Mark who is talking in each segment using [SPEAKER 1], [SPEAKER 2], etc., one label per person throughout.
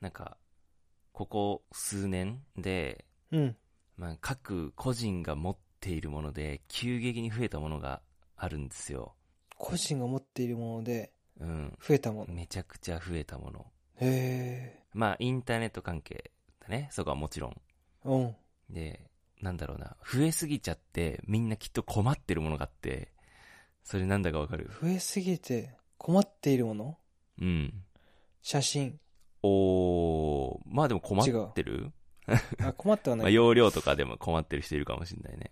[SPEAKER 1] なんか、ここ数年で、
[SPEAKER 2] うん。
[SPEAKER 1] まあ、各個人が持っているもので、急激に増えたものがあるんですよ。
[SPEAKER 2] 個人が持っているもので
[SPEAKER 1] うん。
[SPEAKER 2] 増えたもの。
[SPEAKER 1] めちゃくちゃ増えたもの。
[SPEAKER 2] へえ。
[SPEAKER 1] まあ、インターネット関係だね。そこはもちろん。
[SPEAKER 2] うん。
[SPEAKER 1] で、なんだろうな。増えすぎちゃって、みんなきっと困ってるものがあって、それなんだかわかる
[SPEAKER 2] 増えすぎて困っているもの
[SPEAKER 1] うん。
[SPEAKER 2] 写真。
[SPEAKER 1] おー、まあでも困ってる
[SPEAKER 2] あ、困って は
[SPEAKER 1] ま
[SPEAKER 2] な
[SPEAKER 1] あ、
[SPEAKER 2] い。
[SPEAKER 1] 容量とかでも困ってる人いるかもしれないね。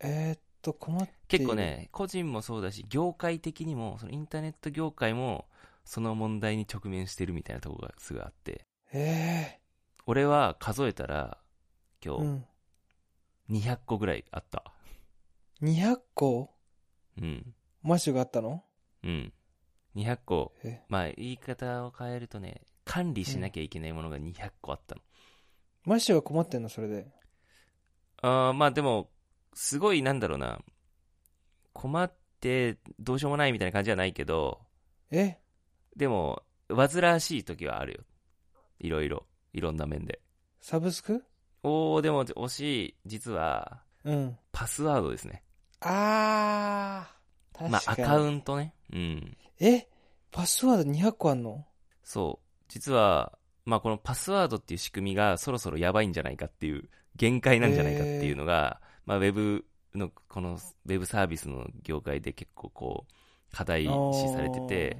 [SPEAKER 2] えーっと、困っている。
[SPEAKER 1] 結構。ね、個人もそうだし、業界的にも、そのインターネット業界も、その問題に直面してるみたいなところがすぐあって、
[SPEAKER 2] え
[SPEAKER 1] 俺は数えたら、
[SPEAKER 2] えう
[SPEAKER 1] 今
[SPEAKER 2] ん。
[SPEAKER 1] 日、200個ぐらいあった。
[SPEAKER 2] 200個
[SPEAKER 1] うん。
[SPEAKER 2] マシュがあったの
[SPEAKER 1] うん。200個
[SPEAKER 2] え。
[SPEAKER 1] まあ、言い方を変えるとね、管理しなきゃいけないものが200個あったの。
[SPEAKER 2] マシュは困ってんのそれで。
[SPEAKER 1] あーまあでも、すごいなんだろうな、困ってどうしようもないみたいな感じはないけど、
[SPEAKER 2] え
[SPEAKER 1] でも、煩わしい時はあるよ。いろいろ。いろんな面で。
[SPEAKER 2] サブスク
[SPEAKER 1] おー、でも惜しい。実は、
[SPEAKER 2] うん。
[SPEAKER 1] パスワードですね。
[SPEAKER 2] あー。確かに。
[SPEAKER 1] まあ、アカウントね。うん。
[SPEAKER 2] えパスワード200個あんの
[SPEAKER 1] そう。実は、まあ、このパスワードっていう仕組みがそろそろやばいんじゃないかっていう、限界なんじゃないかっていうのが、まあ、ウェブの、この、ウェブサービスの業界で結構こう、課題視されてて、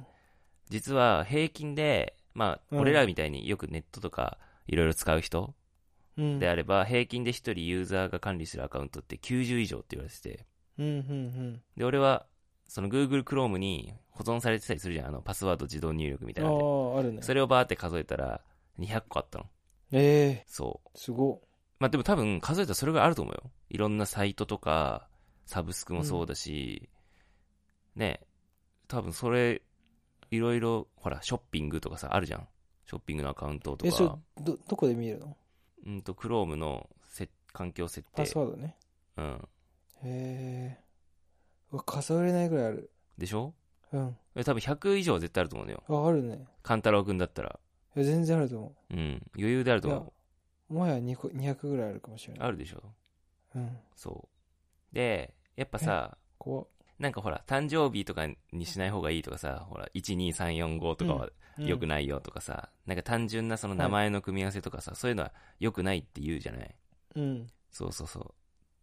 [SPEAKER 1] 実は平均で、まあ、
[SPEAKER 2] うん
[SPEAKER 1] 俺らみたいによくネットとかいろいろ使う人
[SPEAKER 2] おー、うん、
[SPEAKER 1] であれば、平均で1人ユーザーが管理するアカウントって90以上って言われてて、
[SPEAKER 2] うんうん
[SPEAKER 1] で、俺は、その Google Chrome に保存されてたりするじゃん、あの、パスワード自動入力み
[SPEAKER 2] う
[SPEAKER 1] たい
[SPEAKER 2] ん。あ
[SPEAKER 1] なので。
[SPEAKER 2] あ、あるね。
[SPEAKER 1] それをバーって数えたら、200個あったの。
[SPEAKER 2] ええ
[SPEAKER 1] そう。
[SPEAKER 2] すご
[SPEAKER 1] まあ、でも多分数えたらそれがあると思うよ。いろんなサイトとか、サブスクもそうだし、ね、多分それ、いろいろ、ほら、ショッピングとかさ、あるじゃん。ショッピングのアカウントと
[SPEAKER 2] えそ
[SPEAKER 1] か、
[SPEAKER 2] い。ど、どこで見えるの
[SPEAKER 1] うんと、Chrome のせ環境設
[SPEAKER 2] パ
[SPEAKER 1] 定
[SPEAKER 2] ス。ワードね。
[SPEAKER 1] うん。
[SPEAKER 2] へえ。うわ数えれないぐらいある。
[SPEAKER 1] でしょ
[SPEAKER 2] うん。
[SPEAKER 1] え多分100以上は絶対あると思うのよ。
[SPEAKER 2] あ、あるね。
[SPEAKER 1] 勘太郎くんだったら。
[SPEAKER 2] いや全然あると思
[SPEAKER 1] うん。余裕であると思う。
[SPEAKER 2] う。もはや2個200ぐらいあるかもしれない。
[SPEAKER 1] あるでしょ
[SPEAKER 2] うん。
[SPEAKER 1] そう。で、やっぱさ、
[SPEAKER 2] 怖っ
[SPEAKER 1] なんかほら、誕生日とかにしない方がいいとかさ、ほら、12345とかは
[SPEAKER 2] うん
[SPEAKER 1] 良くないよとかさ、なんか単純なその名前の組み合わせとかさ、そういうのは良くないって言うじゃない
[SPEAKER 2] うん。
[SPEAKER 1] そうそうそう。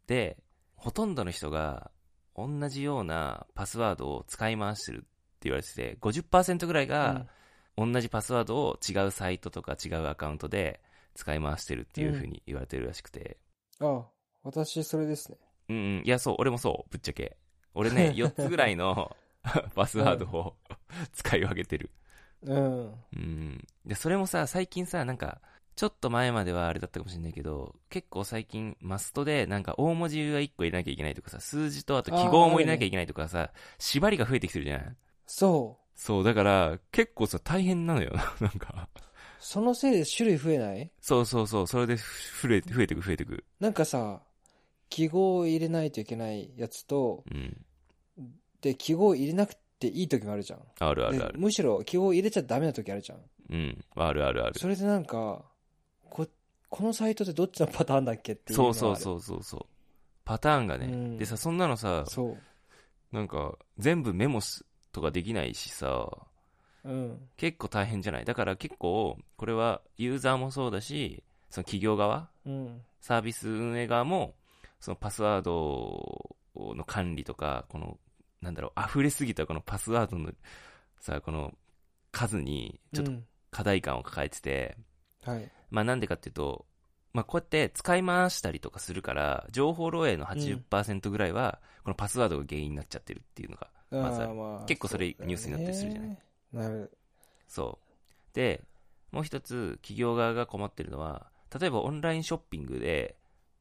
[SPEAKER 1] で、ほとんどの人が、同じようなパスワードを使い回してるって言われてて、50%ぐらいが、同じパスワードを違うサイトとか違うアカウントで使い回してるっていう風に言われてるらしくて、
[SPEAKER 2] うん、あ、私それですね。
[SPEAKER 1] うんうん。いや、そう、俺もそう、ぶっちゃけ。俺 ね、4つぐらい のパスワードを 使い分けてる。
[SPEAKER 2] うん。
[SPEAKER 1] うん。で、それもさ、最近さ、なんか、ちょっと前まではあれだったかもしれないけど、結構最近マストで、なんか大文字が1個入れなきゃいけないとかさ、数字とあと記号も入れなきゃいけないとかさ、縛りが増えてきてるじゃない
[SPEAKER 2] そ
[SPEAKER 1] そう、だから、結構さ、大変なのよ、 なんか。
[SPEAKER 2] う。そのせいで種類増えない
[SPEAKER 1] そうそうそう、それで増えて、増えてく、増えてく。
[SPEAKER 2] なんかさ、記号を入れないといけないやつと、
[SPEAKER 1] うん。
[SPEAKER 2] で、記号入れなくていい時もあるじゃん。
[SPEAKER 1] あるあ
[SPEAKER 2] で
[SPEAKER 1] るある。
[SPEAKER 2] むしろ記号入れちゃダメな時あるじゃん。
[SPEAKER 1] うん。あるあるある。
[SPEAKER 2] それでなんか、こ、このサイトってどっちのパターンだっけっていうの
[SPEAKER 1] そ
[SPEAKER 2] が
[SPEAKER 1] う
[SPEAKER 2] ある。
[SPEAKER 1] そうそうそうそう。パターンがね。
[SPEAKER 2] うん
[SPEAKER 1] でさ、そんなのさ、
[SPEAKER 2] そう。
[SPEAKER 1] なんか、全部メモすとかできないしさ、
[SPEAKER 2] うん。
[SPEAKER 1] 結構大変じゃないだから結構、これはユーザーもそうだし、その企業側、
[SPEAKER 2] うん。
[SPEAKER 1] サービス運営側も、そのパスワードの管理とか、この、なんだろう、溢れすぎたこのパスワードの、さ、この数に、ちょっと
[SPEAKER 2] うん
[SPEAKER 1] 課題感を抱えてて、
[SPEAKER 2] はい。
[SPEAKER 1] まあなんでかっていうと、まあこうやって使い回したりとかするから、情報漏洩の80%ぐらいは、このパスワードが原因になっちゃってるっていうのが、まずは
[SPEAKER 2] あーまあ
[SPEAKER 1] 結構それ
[SPEAKER 2] うだよね
[SPEAKER 1] ニュースになったりするじゃない
[SPEAKER 2] なる。
[SPEAKER 1] そう。で、もう一つ企業側が困ってるのは、例えばオンラインショッピングで、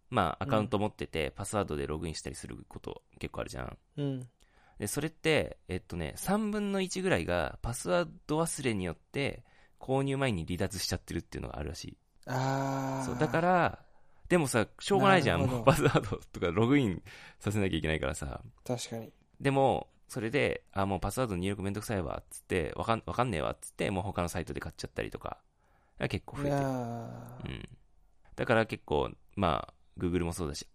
[SPEAKER 1] まあアカウント持ってて、パスワードでログインしたりすること結構あるじゃん。
[SPEAKER 2] うん。
[SPEAKER 1] で、それって、えっとね、3分の1ぐらいがパスワード忘れによって、購入前に離脱しちゃってるっていうのがあるらしい。
[SPEAKER 2] ああ。
[SPEAKER 1] そうだか、らでもさしょうがないじゃん
[SPEAKER 2] なるほど
[SPEAKER 1] もうパスワードとかログインさせなきゃいけないからさ
[SPEAKER 2] 確かに。
[SPEAKER 1] でもそれであもうパスワードの入力めんどくさいわっつってわかんわかんねえわっつってもう他のサイトで買っちゃったりとかが結構増
[SPEAKER 2] い
[SPEAKER 1] え
[SPEAKER 2] や
[SPEAKER 1] てる。
[SPEAKER 2] ー
[SPEAKER 1] うん、だから結構、まあ、Google もそうだし、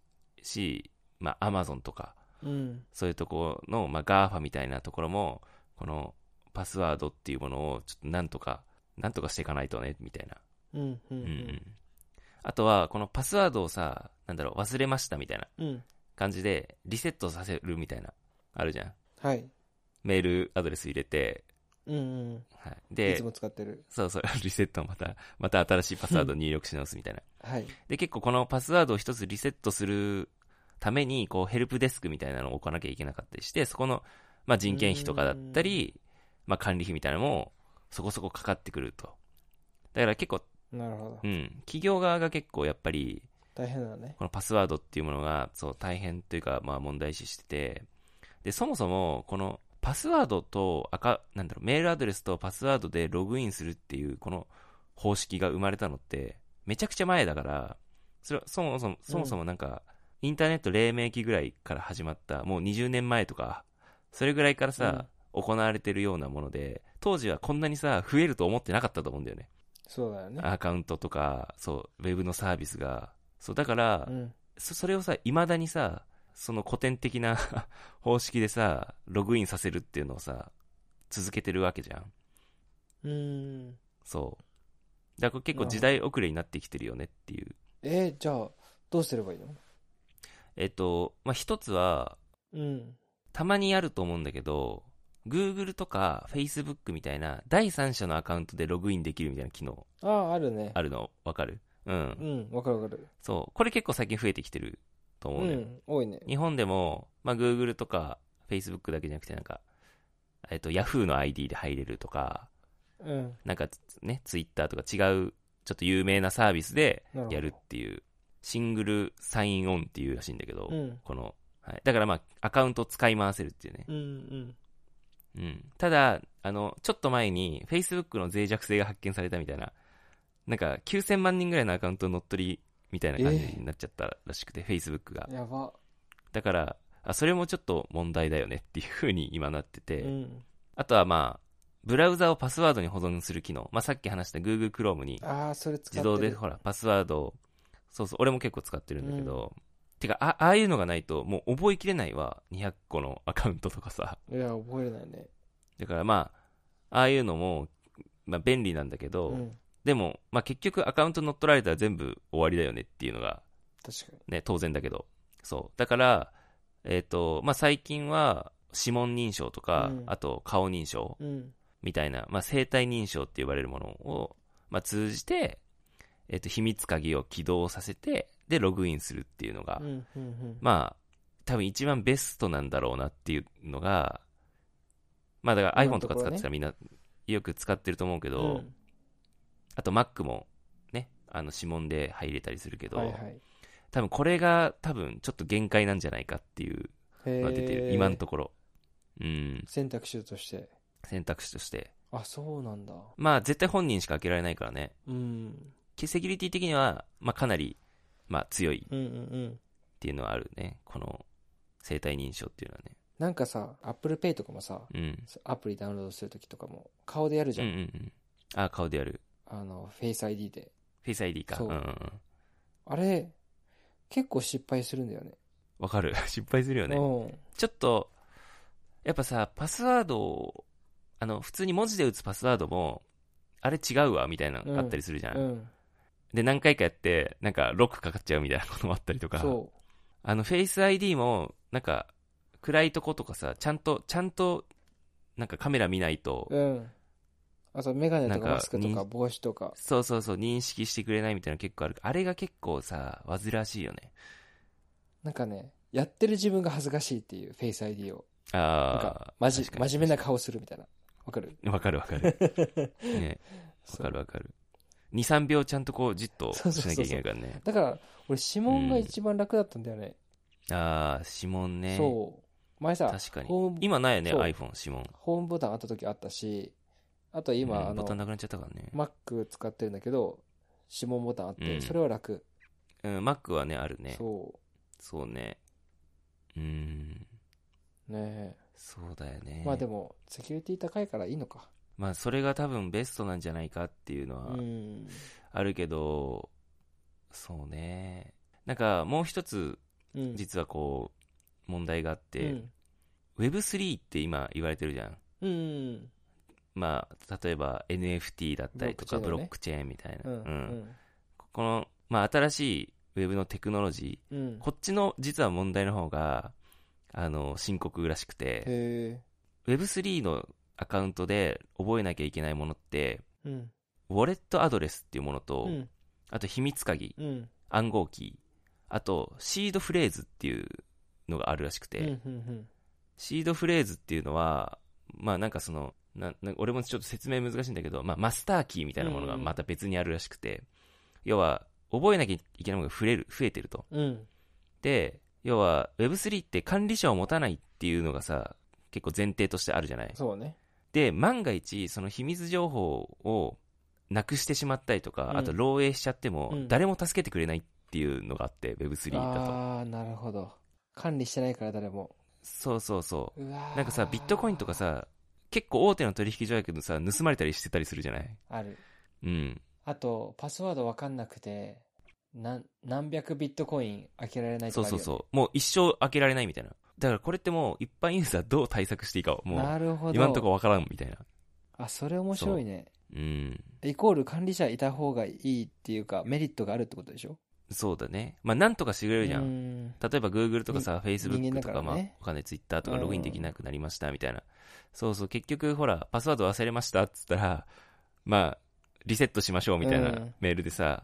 [SPEAKER 1] しまあ、Amazon とか、
[SPEAKER 2] うん。
[SPEAKER 1] そういうところの、まあ、GAFA みたいなところも、このパスワードっていうものを、ちょっとなんとか、なんとかしていかないとね、みたいな。
[SPEAKER 2] うん。う
[SPEAKER 1] うんうん
[SPEAKER 2] ん。
[SPEAKER 1] あとは、このパスワードをさ、なんだろう、忘れましたみたいな
[SPEAKER 2] うん。
[SPEAKER 1] 感じで、リセットさせるみたいな、あるじゃん。
[SPEAKER 2] はい。
[SPEAKER 1] メールアドレス入れて、
[SPEAKER 2] うんうん。
[SPEAKER 1] はい。
[SPEAKER 2] い
[SPEAKER 1] で
[SPEAKER 2] つ、も使ってる。
[SPEAKER 1] そうそう、リセットをまた、また新しいパスワードを入力し直すみたいな。
[SPEAKER 2] はい。
[SPEAKER 1] で、結構このパスワードを一つリセットするために、こう、ヘルプデスクみたいなのを置かなきゃいけなかったりして、そこの、まあ、人件費とかだったり、まあ、管理費みたいなのも、そこそこかかってくると。だから結構、
[SPEAKER 2] なるほど
[SPEAKER 1] う。ん、企業側が結構やっぱり、
[SPEAKER 2] 大変だね。
[SPEAKER 1] このパスワードっていうものが、そう、大変というか、まあ、問題視してて、で、そもそも、この、パスワードと、あか、なんだろう、メールアドレスとパスワードでログインするっていう、この方式が生まれたのって、めちゃくちゃ前だから、それは、そもそも、そもそもなんか、インターネット黎明期ぐらいから始まった、もう20年前とか、それぐらいからさ、行われてるようなもので、当時はこんなにさ、増えると思ってなかったと思うんだよね。
[SPEAKER 2] そうだよね。
[SPEAKER 1] アカウントとか、そう、ウェブのサービスが。そう、だから、
[SPEAKER 2] うん。
[SPEAKER 1] そそれをさ、いまだにさ、その古典的な 方式でさ、ログインさせるっていうのをさ、続けてるわけじゃん。
[SPEAKER 2] うん。
[SPEAKER 1] そう。だからこれ結構時代遅れになってきてるよねっていう。
[SPEAKER 2] えー、じゃあ、どうすればいいの
[SPEAKER 1] えっと、まあ、一つは、
[SPEAKER 2] うん。
[SPEAKER 1] たまにあると思うんだけど、Google とか Facebook みたいな第三者のアカウントでログインできるみたいな機能
[SPEAKER 2] ああ、あるね。
[SPEAKER 1] あるのわかるうん。
[SPEAKER 2] うん。わかるわかる。
[SPEAKER 1] そう。これ結構最近増えてきてると
[SPEAKER 2] う
[SPEAKER 1] 思うね。
[SPEAKER 2] ん。多いね。
[SPEAKER 1] 日本でも、まあ、Google とか Facebook だけじゃなくてなんか、えっと、Yahoo の ID で入れるとか、
[SPEAKER 2] うん。
[SPEAKER 1] なんかね、Twitter とか違う、ちょっと有名なサービスで
[SPEAKER 2] なるほど。
[SPEAKER 1] やるっていう、シングルサインオンっていうらしいんだけど、
[SPEAKER 2] うん。
[SPEAKER 1] この、はい。だからまあ、アカウントを使い回せるっていうね。
[SPEAKER 2] うんうん。
[SPEAKER 1] うん。ただ、あの、ちょっと前に Facebook の脆弱性が発見されたみたいな、なんか9000万人ぐらいのアカウント乗っ取りみたいな感じになっちゃったらしくて、Facebook が。
[SPEAKER 2] やば。
[SPEAKER 1] だからあそれもちょっと問題だよねっていう風に今なってて、
[SPEAKER 2] うん。
[SPEAKER 1] あとはまあブラウザをパスワードに保存する機能、まあ、さっき話した Google Chrome に
[SPEAKER 2] ああ、それ使っ
[SPEAKER 1] 自
[SPEAKER 2] てる。
[SPEAKER 1] 動でほらパスワードをそうそう俺も結構使ってるんだけど、てかあああいうのがないともう覚えきれないわ200個のアカウントとかさ
[SPEAKER 2] いや、覚えれないね。
[SPEAKER 1] だからまあああいうのも、まあ、便利なんだけど、
[SPEAKER 2] うん。
[SPEAKER 1] でも、まあ、結局アカウント乗っ取られたら全部終わりだよねっていうのが
[SPEAKER 2] 確かに。
[SPEAKER 1] ね、当然だけど。そう。だから、えっ、と、まあ、最近は、指紋認証とか、
[SPEAKER 2] うん
[SPEAKER 1] あと顔認証
[SPEAKER 2] うん。
[SPEAKER 1] みたいな、まあ、生体認証って呼ばれるものを、まあ、通じて、えっ、と、秘密鍵を起動させて、で、ログインするっていうのが、
[SPEAKER 2] うん。うん。うん。
[SPEAKER 1] まあ、多分一番ベストなんだろうなっていうのが、まあ、だから iPhone とか使ってたらみんなよく使ってると思うけど、
[SPEAKER 2] うん
[SPEAKER 1] あと Mac もね、あの指紋で入れたりするけど、
[SPEAKER 2] はいはい。
[SPEAKER 1] 多分これが多分ちょっと限界なんじゃないかっていうのが出てる、
[SPEAKER 2] へー
[SPEAKER 1] 今のところうん
[SPEAKER 2] 選択肢として。
[SPEAKER 1] 選択肢として
[SPEAKER 2] あ、そうなんだ。
[SPEAKER 1] まあ絶対本人しか開けられないからね
[SPEAKER 2] うん。
[SPEAKER 1] セキュリティ的には、まあ、かなり、まあ、強いっ
[SPEAKER 2] うんうんうん。
[SPEAKER 1] ていうのはあるねこの生体認証っていうのはね
[SPEAKER 2] なんかさ、Apple Pay とかもさ、
[SPEAKER 1] うん
[SPEAKER 2] アプリダウンロードするときとかも、顔でやるじ
[SPEAKER 1] う
[SPEAKER 2] ゃ
[SPEAKER 1] ん
[SPEAKER 2] ん。
[SPEAKER 1] うんうんあ顔でやる
[SPEAKER 2] あの、Face ID で。
[SPEAKER 1] フェイス ID か
[SPEAKER 2] そ
[SPEAKER 1] うん
[SPEAKER 2] う
[SPEAKER 1] うんうん
[SPEAKER 2] あれ、結構失敗するんだよね。
[SPEAKER 1] わかる 失敗するよね
[SPEAKER 2] うん。
[SPEAKER 1] ちょっとやっぱさパスワードをあの普通に文字で打つパスワードもあれ違うわみたいなのあったりするじゃん
[SPEAKER 2] うん。
[SPEAKER 1] で、何回かやって、なんか、ロックかかっちゃうみたいな こともあったりとか、
[SPEAKER 2] そ
[SPEAKER 1] あの、フェイス ID も、なんか、暗いとことかさ、ちゃんと、ちゃんと、なんかカメラ見ないと、
[SPEAKER 2] う。うん。あと、メガネとか
[SPEAKER 1] なんか
[SPEAKER 2] マスクと
[SPEAKER 1] に
[SPEAKER 2] か帽子とか。
[SPEAKER 1] そうそうそう、認識してくれないみたいなの結構ある。あれが結構さ、煩わしいよね。
[SPEAKER 2] なんかね、やってる自分が恥ずかしいっていう、Face ID を。なん
[SPEAKER 1] あ
[SPEAKER 2] か
[SPEAKER 1] あ、、
[SPEAKER 2] まじ、
[SPEAKER 1] 確かに
[SPEAKER 2] 真面目な顔するみたいな。わかる
[SPEAKER 1] わかるわかる。 ね、わ
[SPEAKER 2] そ
[SPEAKER 1] か
[SPEAKER 2] う
[SPEAKER 1] るわかる。2、3秒ちゃんとこう、じっと
[SPEAKER 2] そうそ
[SPEAKER 1] し
[SPEAKER 2] うそう
[SPEAKER 1] なき
[SPEAKER 2] そ
[SPEAKER 1] ゃ
[SPEAKER 2] う
[SPEAKER 1] いけないからね。
[SPEAKER 2] だから、俺、指紋が一番楽だったんだよね。
[SPEAKER 1] ああ、指紋ね。
[SPEAKER 2] そう。前さ、
[SPEAKER 1] 確かに。
[SPEAKER 2] ホーム、
[SPEAKER 1] 今ないよね、
[SPEAKER 2] そう
[SPEAKER 1] iPhone、指紋。
[SPEAKER 2] ホームボタンあった時あったし、あと今、
[SPEAKER 1] う
[SPEAKER 2] あ
[SPEAKER 1] んボタン
[SPEAKER 2] の、
[SPEAKER 1] なくなっちゃったからね。
[SPEAKER 2] Mac 使ってるんだけど、指紋ボタンあっ
[SPEAKER 1] う
[SPEAKER 2] て、
[SPEAKER 1] ん
[SPEAKER 2] それは楽。
[SPEAKER 1] うん、Mac はね、あるね。
[SPEAKER 2] そ
[SPEAKER 1] そうね。うーん。
[SPEAKER 2] う。ね
[SPEAKER 1] そうだよ
[SPEAKER 2] え
[SPEAKER 1] ね。
[SPEAKER 2] まあでも、セキュリティ高いからいいのか。
[SPEAKER 1] まあ、それが多分ベストなんじゃないかっていうのは
[SPEAKER 2] うん。
[SPEAKER 1] あるけど、そうね。なんか、もう一つ、
[SPEAKER 2] うん。
[SPEAKER 1] 実はこう、問題があって、
[SPEAKER 2] うん
[SPEAKER 1] Web3 って今言われてるじゃん。
[SPEAKER 2] うん。
[SPEAKER 1] まあ、例えば NFT だったりとか、ブ
[SPEAKER 2] ブ
[SPEAKER 1] ロ
[SPEAKER 2] ロ
[SPEAKER 1] ッ
[SPEAKER 2] ッ
[SPEAKER 1] クチェーンみたいな。
[SPEAKER 2] う
[SPEAKER 1] うん
[SPEAKER 2] ん。
[SPEAKER 1] この、まあ、新しいウェブのテクノロジー、
[SPEAKER 2] うん。
[SPEAKER 1] こっちの実は問題の方が、あの、深刻らしくて、
[SPEAKER 2] へ
[SPEAKER 1] Web3 のアカウントで覚えなきゃいけないものって、
[SPEAKER 2] え。うん。
[SPEAKER 1] ウォレットアドレスっていうものと、
[SPEAKER 2] うん。
[SPEAKER 1] あと秘密鍵、
[SPEAKER 2] うん。
[SPEAKER 1] 暗号キー、あとシードフレーズっていうのがあるらしくて、
[SPEAKER 2] うん。うん。
[SPEAKER 1] シードフレーズっていうのは、まあなんかその、なな俺もちょっと説明難しいんだけど、まあ、マスターキーみたいなものが
[SPEAKER 2] うんうん
[SPEAKER 1] また別にあるらしくて、要は、覚えなきゃいけないものが増える、増えてると。
[SPEAKER 2] うん。
[SPEAKER 1] で、要は Web3 って管理者を持たないっていうのがさ、結構前提としてあるじゃない。
[SPEAKER 2] そうね。
[SPEAKER 1] で、万が一、その秘密情報をなくしてしまったりとか、
[SPEAKER 2] うん
[SPEAKER 1] あと漏洩しちゃっても
[SPEAKER 2] う、ん
[SPEAKER 1] 誰も助けてくれないっていうのがあって、Web3 だと。
[SPEAKER 2] ああ、なるほど。管理してないから誰も。
[SPEAKER 1] そうそうそう。
[SPEAKER 2] うわー
[SPEAKER 1] なんかさ、ビットコインとか、さ、結構大手の取引所やけどさ、盗まれたりしてたりするじゃない
[SPEAKER 2] ある。
[SPEAKER 1] うん。
[SPEAKER 2] あと、パスワードわかんなくて、なん、何百ビットコイン開けられない
[SPEAKER 1] そ
[SPEAKER 2] と
[SPEAKER 1] う
[SPEAKER 2] かある
[SPEAKER 1] そ
[SPEAKER 2] よ
[SPEAKER 1] う
[SPEAKER 2] ね
[SPEAKER 1] そう。もう一生開けられないみたいな。だからこれってもう一般ユーザーどう対策していいか、も
[SPEAKER 2] なるほ
[SPEAKER 1] う
[SPEAKER 2] ど。
[SPEAKER 1] 今んとこわからんみたいな。
[SPEAKER 2] あ、それ面白いね。
[SPEAKER 1] うん。
[SPEAKER 2] イコール管理者いた方がいいっていうか、メリットがあるってことでしょ
[SPEAKER 1] そうだね。まあなんとかしてくれるじゃん。
[SPEAKER 2] ん。
[SPEAKER 1] 例えば Google とかさ、
[SPEAKER 2] 人
[SPEAKER 1] Facebook と
[SPEAKER 2] 間だ
[SPEAKER 1] か、
[SPEAKER 2] から
[SPEAKER 1] まあ
[SPEAKER 2] ね、
[SPEAKER 1] お金 Twitter とか
[SPEAKER 2] うん
[SPEAKER 1] ログインできなくなりましたみたいな。そうそう、結局ほら、パスワード忘れましたっつったら、まあ、リセットしましょうみたいうなんメールでさ、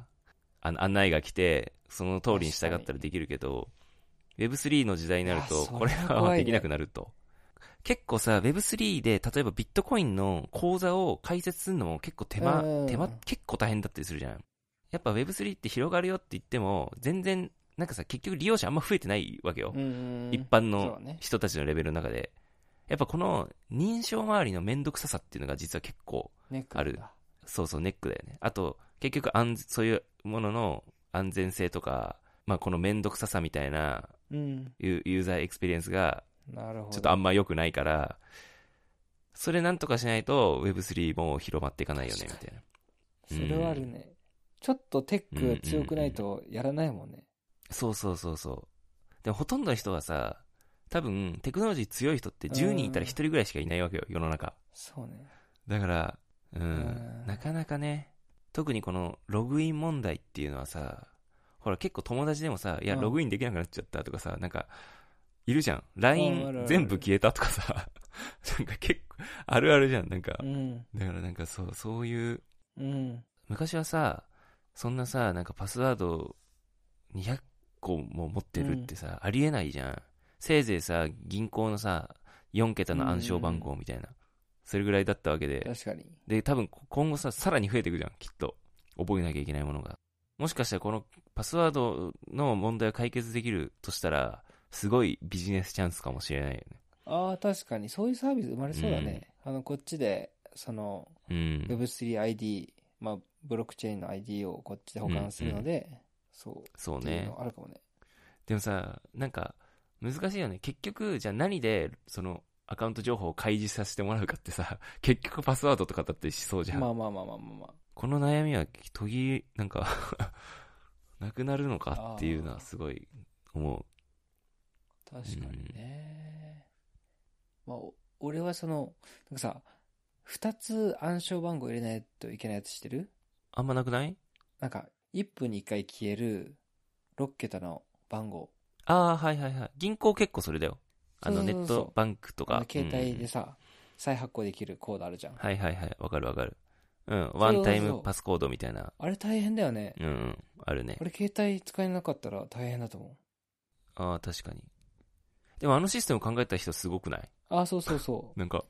[SPEAKER 1] あの案内が来て、その通りに従ったらできるけど、Web3 の時代になる
[SPEAKER 2] い
[SPEAKER 1] と、
[SPEAKER 2] やそれは
[SPEAKER 1] これは
[SPEAKER 2] 怖い
[SPEAKER 1] で
[SPEAKER 2] ね
[SPEAKER 1] きなくなると。結構さ、Web3 で、例えばビットコインの口座を開設するのも結構手間、
[SPEAKER 2] うん
[SPEAKER 1] 手間、結構大変だったりするじゃん。やっぱ Web3 って広がるよって言っても、全然、なんかさ、結局利用者あんま増えてないわけよ。
[SPEAKER 2] うん
[SPEAKER 1] 一般
[SPEAKER 2] そ
[SPEAKER 1] の
[SPEAKER 2] うね
[SPEAKER 1] 人たちのレベルの中で。やっぱこの認証周りのめんどくささっていうのが実は結構、
[SPEAKER 2] ネックなんだ
[SPEAKER 1] あるそうそうネックだよね。あと、結局安、そういうものの安全性とか、まあこのめんどくささみたいな
[SPEAKER 2] うん。
[SPEAKER 1] ユユーザーエクスペリエンスが
[SPEAKER 2] なるほど。
[SPEAKER 1] ちょっとあんま良くないから、それなんとかしないと Web3 も広まっていかないよね、み
[SPEAKER 2] 確
[SPEAKER 1] たいな。
[SPEAKER 2] それはあるね。ちょっとテック強くないとやらないもんね。
[SPEAKER 1] そうそうそうそう。でもほとんどの人がさ、多分テクノロジー強い人って10人いたら1人ぐらいしかいないわけよ、世の中。
[SPEAKER 2] そうね。
[SPEAKER 1] だから、うん、
[SPEAKER 2] うん
[SPEAKER 1] なかなかね、特にこのログイン問題っていうのはさ、ほら結構友達でもさ、いや、
[SPEAKER 2] うん
[SPEAKER 1] ログインできなくなっちゃったとかさ、なんか、いるじゃん。
[SPEAKER 2] あるあ
[SPEAKER 1] LINE
[SPEAKER 2] る
[SPEAKER 1] 全部消えたとかさ、 なんか結構、あるあるじゃん、なんか
[SPEAKER 2] う。ん。
[SPEAKER 1] だからなんかそう、そういう、
[SPEAKER 2] うん。
[SPEAKER 1] 昔はさ、そんなさ、なんかパスワード200個も持ってるってさ、ありえないじゃん。せいぜいさ、銀行のさ、4桁の暗証番号みたいな、それぐらいだったわけで、
[SPEAKER 2] 確かに。
[SPEAKER 1] で、多分今後さ、さらに増えていくじゃん、きっと。覚えなきゃいけないものが。もしかしたらこのパスワードの問題を解決できるとしたら、すごいビジネスチャンスかもしれないよね。
[SPEAKER 2] ああ、確かに。そういうサービス生まれそうだね。あの、こっちで、その、
[SPEAKER 1] うん
[SPEAKER 2] Web3ID、まあ、ブロックチェーンの ID をこっちで保管するので、そう。
[SPEAKER 1] そう
[SPEAKER 2] っていう
[SPEAKER 1] ね。
[SPEAKER 2] のあるかもね。
[SPEAKER 1] でもさ、なんか、難しいよね。結局、じゃあ何で、その、アカウント情報を開示させてもらうかってさ、 結局パスワードとかだってしそうじゃん。
[SPEAKER 2] まあまあまあまあまあまあ。
[SPEAKER 1] この悩みは、途切、なんか、 なくなるのかっていうのはすごい思
[SPEAKER 2] 確かにね。まあ、お俺はその、なんかさ、二つ暗証番号入れないといけないやつしてる
[SPEAKER 1] う。あんまなくない
[SPEAKER 2] なんか、1分に1回消える6桁の番号。
[SPEAKER 1] ああ、はいはいはい。銀行結構それだよ。あの、
[SPEAKER 2] そう
[SPEAKER 1] ネ
[SPEAKER 2] そうそう
[SPEAKER 1] ッ
[SPEAKER 2] そう
[SPEAKER 1] トバンクと
[SPEAKER 2] あ
[SPEAKER 1] か
[SPEAKER 2] の。携帯
[SPEAKER 1] うん
[SPEAKER 2] でさ、再発行できるコードあるじゃん。
[SPEAKER 1] はいはいはい。わかるわかる。うん。ワンタイムパスコードみたいな。
[SPEAKER 2] あれ大変だよね。
[SPEAKER 1] うんうん。あるね
[SPEAKER 2] あ。れ携帯使えなかったら大変だと思う。
[SPEAKER 1] ああ、確かに。でもあのシステム考えた人すごくない
[SPEAKER 2] ああ、そうそうそう。
[SPEAKER 1] なんか、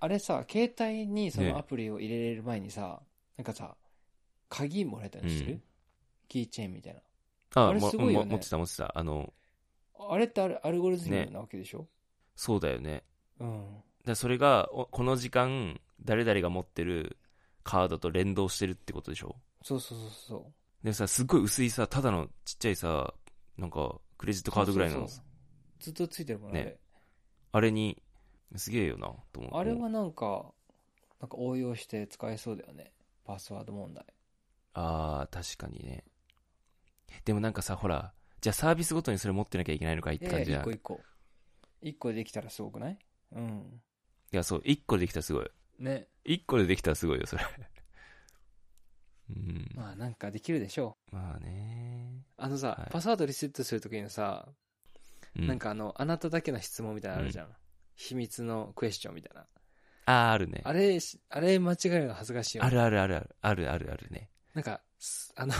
[SPEAKER 2] あれさ、携帯にそ
[SPEAKER 1] ね
[SPEAKER 2] のアプリを入れれる前にさ、なんかさ、鍵もらえたりしてる、
[SPEAKER 1] うん
[SPEAKER 2] キーチェーンみたいな。
[SPEAKER 1] あ
[SPEAKER 2] あ
[SPEAKER 1] あ、
[SPEAKER 2] れ
[SPEAKER 1] も
[SPEAKER 2] すごいよね
[SPEAKER 1] も持ってた持ってた。あの、
[SPEAKER 2] あれってあれアルゴリズムなわけでしょ、
[SPEAKER 1] そうだよね。
[SPEAKER 2] うん。
[SPEAKER 1] でそれが、おこの時間、誰々が持ってるカードと連動してるってことでしょ
[SPEAKER 2] そうそうそうそう。
[SPEAKER 1] でもさ、すっごい薄いさ、ただのちっちゃいさ、なんか、クレジットカードぐらい
[SPEAKER 2] そう
[SPEAKER 1] の
[SPEAKER 2] そう、そうずっとついてるもんね。
[SPEAKER 1] ねあれに、すげえよな、と思う。
[SPEAKER 2] あれはなんか、なんか応用して使えそうだよね。パスワード問題。
[SPEAKER 1] ああ、確かにね。でもなんかさ、ほら、じゃあサービスごとにそれ持ってなきゃいけないのかいっ
[SPEAKER 2] い
[SPEAKER 1] て
[SPEAKER 2] や
[SPEAKER 1] 感
[SPEAKER 2] い
[SPEAKER 1] じ
[SPEAKER 2] や、
[SPEAKER 1] やん。
[SPEAKER 2] 一個
[SPEAKER 1] い
[SPEAKER 2] 一個。一個できたらすごくないうん。
[SPEAKER 1] や、そう、一個でできたらすごい。
[SPEAKER 2] ね。
[SPEAKER 1] 一個でできたらすごいよ、それ。うん。
[SPEAKER 2] まあなんかできるでしょ
[SPEAKER 1] まあね。
[SPEAKER 2] う。あのさ、
[SPEAKER 1] はい
[SPEAKER 2] パスワードリセットするときにさ、
[SPEAKER 1] う
[SPEAKER 2] なん。かあの、あなただけの質問みたいなのあるじゃん。秘密のクエスチョンみたいな。
[SPEAKER 1] ああ、あるね。
[SPEAKER 2] あれし、あれ間違えるの恥ずかしいよね。
[SPEAKER 1] あるあるあるある。あるあるある ね。
[SPEAKER 2] なんか、す あの、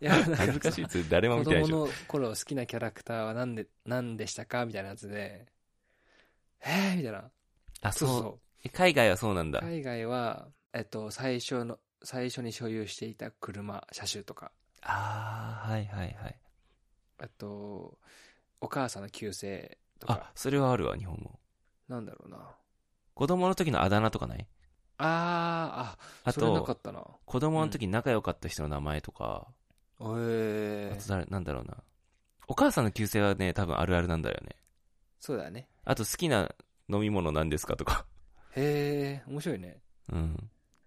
[SPEAKER 2] いや、なん
[SPEAKER 1] 恥ず
[SPEAKER 2] か
[SPEAKER 1] か
[SPEAKER 2] さ
[SPEAKER 1] しい。それ誰も
[SPEAKER 2] 子
[SPEAKER 1] 見てない
[SPEAKER 2] 供
[SPEAKER 1] でしょ。
[SPEAKER 2] の頃好きなキャラクターは何で、何でしたかみたいなやつで、えー、みたいな。
[SPEAKER 1] あ、
[SPEAKER 2] そう
[SPEAKER 1] そう。
[SPEAKER 2] そ
[SPEAKER 1] え海外はそうなん
[SPEAKER 2] う。
[SPEAKER 1] だ。
[SPEAKER 2] 海外は、えっと、最初の、最初に所有していた車、車種とか、
[SPEAKER 1] ああ、はいはいはい。
[SPEAKER 2] えっと、お母さんの旧姓と
[SPEAKER 1] あ
[SPEAKER 2] か、、
[SPEAKER 1] それはあるわ、日本も。
[SPEAKER 2] なんだろうな。
[SPEAKER 1] 子供の時のあだ名とかない
[SPEAKER 2] あー、あ、
[SPEAKER 1] あ
[SPEAKER 2] それな
[SPEAKER 1] と、
[SPEAKER 2] かったな。
[SPEAKER 1] 子供の時に仲良かった人の名前とか、あ
[SPEAKER 2] え
[SPEAKER 1] と
[SPEAKER 2] ー、
[SPEAKER 1] 誰、なんだろうな。お母さんの旧姓はね、多分あるあるなんだよね。
[SPEAKER 2] そうだよね。
[SPEAKER 1] あと好きな飲み物なんですかとか。
[SPEAKER 2] へー、面白いね。
[SPEAKER 1] うん。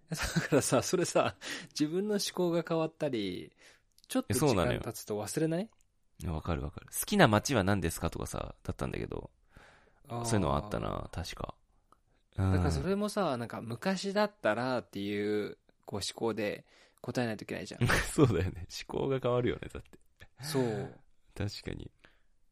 [SPEAKER 2] だからさ、それさ、自分の思考が変わったり、ちょっと
[SPEAKER 1] え
[SPEAKER 2] 時
[SPEAKER 1] そうなの
[SPEAKER 2] 間
[SPEAKER 1] よ
[SPEAKER 2] 経つと忘れない
[SPEAKER 1] いやわかるわかる。好きな街は何ですかとかさ、だったんだけど、
[SPEAKER 2] あー
[SPEAKER 1] そういうのはあったな、確か。うん
[SPEAKER 2] だからそれもさ、なんか昔だったらっていう、こう思考で答えないといけないじゃん。
[SPEAKER 1] そうだよね。思考が変わるよね、だって。
[SPEAKER 2] そう。だか
[SPEAKER 1] 確かに。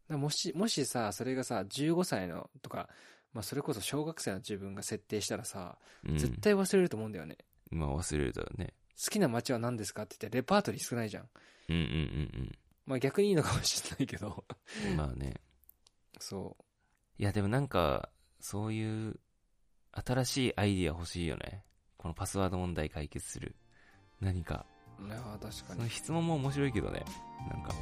[SPEAKER 2] らもし、もしさ、それがさ、15歳のとか、まあそれこそ小学生の自分が設定したらさ、
[SPEAKER 1] うん、
[SPEAKER 2] 絶対忘れると思うんだよね。
[SPEAKER 1] まあ忘れるだろうね。
[SPEAKER 2] 好きな街は何ですかって言ってレパートリー少ないじゃん。
[SPEAKER 1] うんうん
[SPEAKER 2] まあ逆にいいのかもしれないけど。
[SPEAKER 1] うんうん。まあね。
[SPEAKER 2] そ
[SPEAKER 1] いやでもなんか、そういう、新しいアイディア欲しいよね。このパスワード問題解決する。何か。
[SPEAKER 2] う。いやー確か
[SPEAKER 1] そ
[SPEAKER 2] に
[SPEAKER 1] の。質問も面白いけどね。なんか。